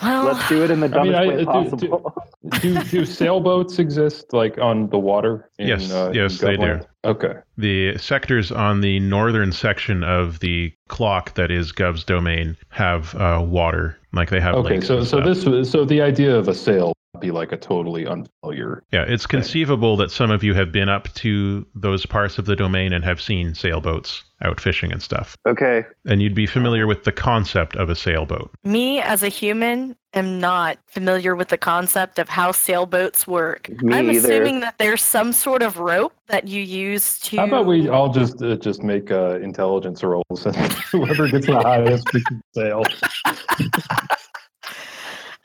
Well, Let's do it in the I mean, dumbest I- way I do- do- possible. do do sailboats exist like on the water? Yes, yes, they do. Gulfland? Okay. The sectors on the northern section of the clock that is Gov's domain have uh, water, like they have Okay, lakes. so and so stuff. this was- so the idea of a sail would be like a totally unfamiliar. yeah, it's conceivable that some of you have been up to those parts of the domain and have seen sailboats out fishing and stuff, okay. and you'd be familiar with the concept of a sailboat. me as a human am not familiar with the concept of how sailboats work. Me I'm either. assuming that there's some sort of rope that you use to. How about we all just uh, just make uh, intelligence rolls and whoever gets the highest we can sail.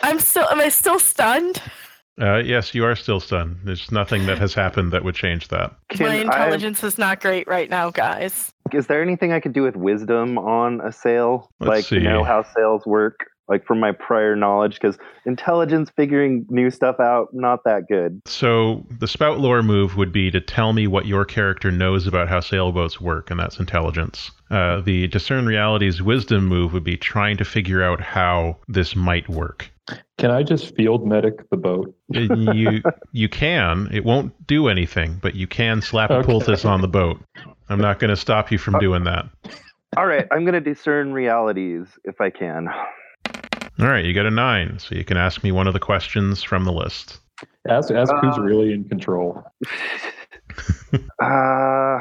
I'm still. Am I still stunned? Uh, yes, you are still stunned. There's nothing that has happened that would change that. My Can I, intelligence is not great right now, guys. is there anything I could do with wisdom on a sail? Let's like to know see. how sails work? like from my prior knowledge, because intelligence figuring new stuff out, not that good. So the spout lore move would be to tell me what your character knows about how sailboats work, and that's intelligence. Uh, the discern realities wisdom move would be trying to figure out how this might work. Can I just field medic the boat? And you you can. It won't do anything, but you can slap a Okay. poultice on the boat. I'm not going to stop you from doing that. All right, I'm gonna discern realities if I can. All right, you got a nine, so you can ask me one of the questions from the list. Ask ask who's Uh, really in control. Uh,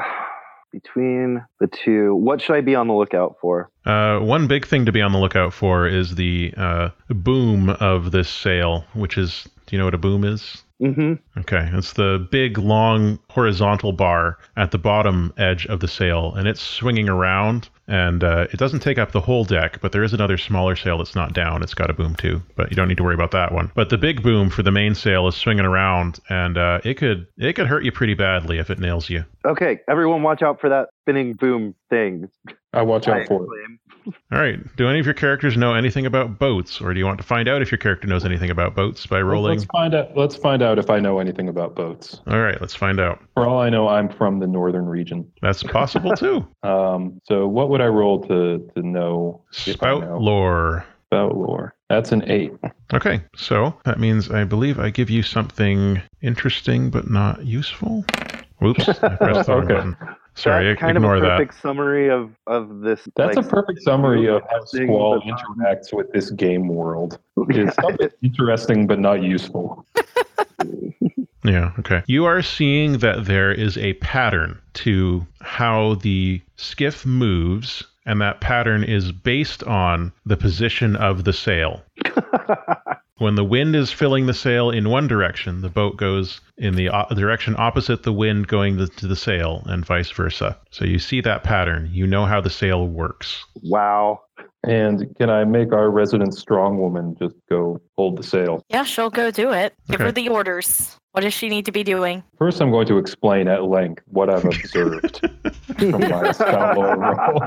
between the two, what should I be on the lookout for? Uh, one big thing to be on the lookout for is the uh, boom of this sail, which is do you know what a boom is? Mm-hmm. Okay, it's the big, long, horizontal bar at the bottom edge of the sail, and it's swinging around. And uh, it doesn't take up the whole deck, but there is another smaller sail that's not down. It's got a boom too, but you don't need to worry about that one. But the big boom for the mainsail is swinging around, and uh, it could it could hurt you pretty badly if it nails you. Okay, everyone, watch out for that spinning boom thing. I watch I out for it. exclaim. All right. Do any of your characters know anything about boats, or do you want to find out if your character knows anything about boats by rolling? Let's find out. Let's find out if I know anything about boats. All right, let's find out. For all I know, I'm from the northern region. That's possible too. Um, so what would I roll to to know? if I know? Spout lore. Spout lore. That's an eight. Okay, so that means I believe I give you something interesting but not useful. Whoops, I pressed the wrong Okay. button. Sorry, That's kind ignore of a that. perfect summary of of this. That's like, a perfect summary of how interesting, Squall but not- interacts with this game world. It's something interesting but not useful. Yeah, okay. You are seeing that there is a pattern to how the skiff moves, and that pattern is based on the position of the sail. When the wind is filling the sail in one direction, the boat goes in the o- direction opposite the wind going the, to the sail, and vice versa. So you see that pattern. You know how the sail works. wow. And can I make our resident strong woman just go hold the sail? Yeah, she'll go do it. Give her Okay. the orders. What does she need to be doing? First, I'm going to explain at length what I've observed from my spout lore roll.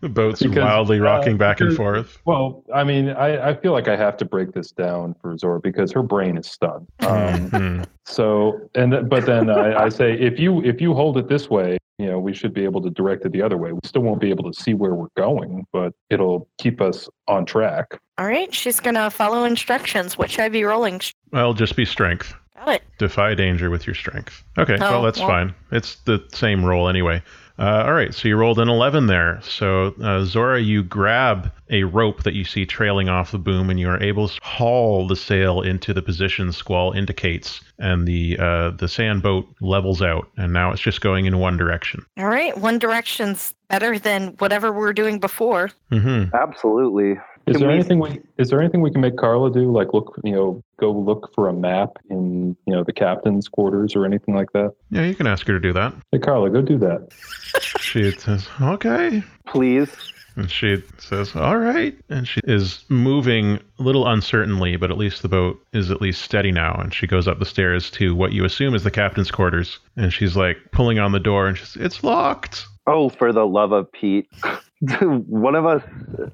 The boat's Because, wildly uh, rocking back and because- forth. Well, I mean, I, I feel like I have to break this down for Zora because her brain is stunned. Mm-hmm. Um, Mhm. so, and th- but then I, I say, if you if you hold it this way, you know, we should be able to direct it the other way. We still won't be able to see where we're going, but it'll keep us on track. All right, she's gonna follow instructions. What should I be rolling? Sh- Well, just be strength. Got it. Defy danger with your strength. Okay, Oh, well, that's well. fine. It's the same roll anyway. Uh, all right, so you rolled an 11 there. So, uh, Zora, you grab a rope that you see trailing off the boom, and you are able to haul the sail into the position Squall indicates, and the, uh, the sand boat levels out, and now it's just going in one direction. All right, One Direction's better than whatever we were doing before. Mm-hmm. hmm Absolutely. Is Can there we- anything we is there anything we can make Carla do? Like look, you know, go look for a map in you know the captain's quarters or anything like that. Yeah, you can ask her to do that. Hey, Carla, go do that. She says, okay. Please. And she says, All right. And she is moving a little uncertainly, but at least the boat is at least steady now. And she goes up the stairs to what you assume is the captain's quarters. And she's like pulling on the door and she's, It's locked. Oh, for the love of Pete. Do one of us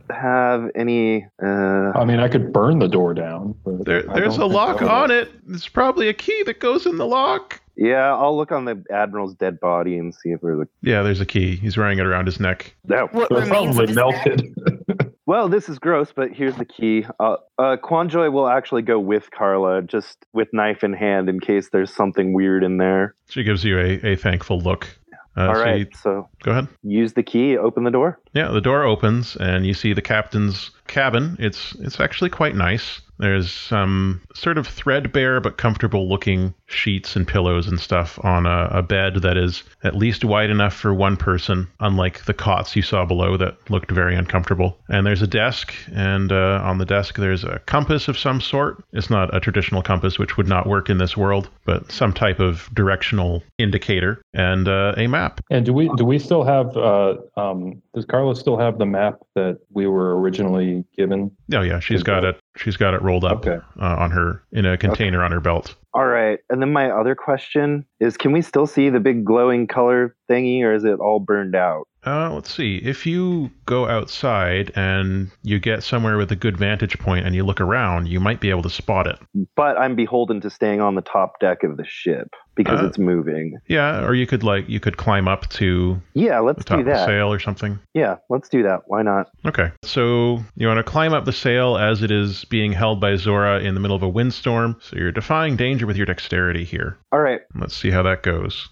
have any uh I mean, I could burn the door down. But There, I there's a don't think lock so. on it. There's probably a key that goes in the lock. yeah, I'll look on the admiral's dead body and see if there's a Yeah, there's a key. He's wearing it around his neck. that What So it's remains of probably his neck? melted. Well, this is gross, but here's the key. Uh, uh, Quanjoy will actually go with Carla, just with knife in hand, in case there's something weird in there. She gives you a, a thankful look. Uh, All so right, you- so go ahead. use the key, open the door. Yeah, the door opens and you see the captain's cabin. It's it's actually quite nice. There's some sort of threadbare but comfortable looking sheets and pillows and stuff on a, a bed that is at least wide enough for one person, unlike the cots you saw below that looked very uncomfortable. And there's a desk, and uh, on the desk there's a compass of some sort. It's not a traditional compass, which would not work in this world, but some type of directional indicator and uh, a map. And do we do we still have? Uh, um, does Carla still have the map that we were originally given? Oh yeah, she's got it. She's got it rolled up. Okay. uh, on her in a container on her belt. All right, and then my other question is: Can we still see the big glowing color thingy, or is it all burned out? Uh, let's see. If you go outside and you get somewhere with a good vantage point and you look around, you might be able to spot it. But I'm beholden to staying on the top deck of the ship because Uh, it's moving. Yeah, or you could like you could climb up to Yeah, the let's top do of the that. sail or something. Yeah, let's do that. Why not? Okay. So you want to climb up the sail as it is being held by Zora in the middle of a windstorm. So you're defying danger with your dexterity here. All right. Let's see how that goes.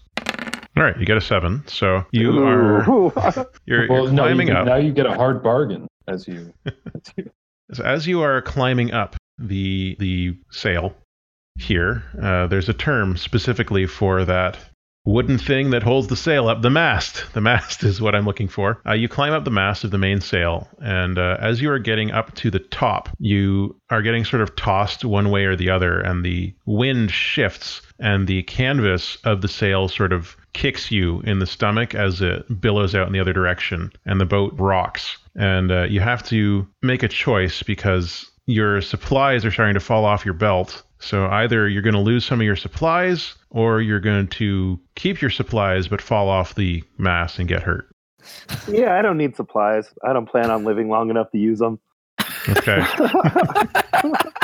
All right, you get a seven. So you Ooh. are you're, you're well, no, you, climbing up. now you get a hard bargain as you. as you- So as you are climbing up the the sail here, uh, there's a term specifically for that wooden thing that holds the sail up, the mast. The mast is what I'm looking for. Uh, you climb up the mast of the main sail, and uh, as you are getting up to the top, you are getting sort of tossed one way or the other, and the wind shifts, and the canvas of the sail sort of kicks you in the stomach as it billows out in the other direction, and the boat rocks. And uh, you have to make a choice because your supplies are starting to fall off your belt. So either you're going to lose some of your supplies or you're going to keep your supplies but fall off the mast and get hurt. yeah, I don't need supplies. I don't plan on living long enough to use them. Okay.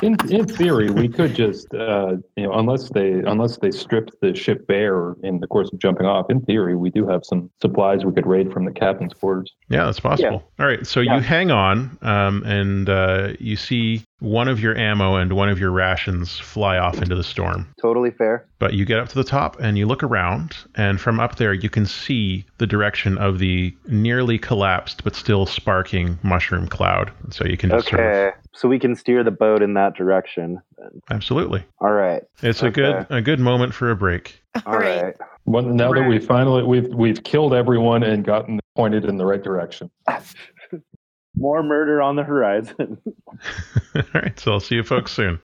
In in theory, we could just uh, you know unless they unless they strip the ship bare in the course of jumping off. In theory, we do have some supplies we could raid from the captain's quarters. yeah, that's possible. All right. So Yeah. you hang on um, and uh, you see one of your ammo and one of your rations fly off into the storm. totally fair. But you get up to the top and you look around, and from up there, you can see the direction of the nearly collapsed but still sparking mushroom cloud. So you can just sort of. Okay. So we can steer the boat in that direction. Absolutely. All right. It's a Okay. good a good moment for a break. All right. Well, now that Right. we finally we've we've killed everyone and gotten pointed in the right direction. More murder on the horizon. All right, so I'll see you folks soon.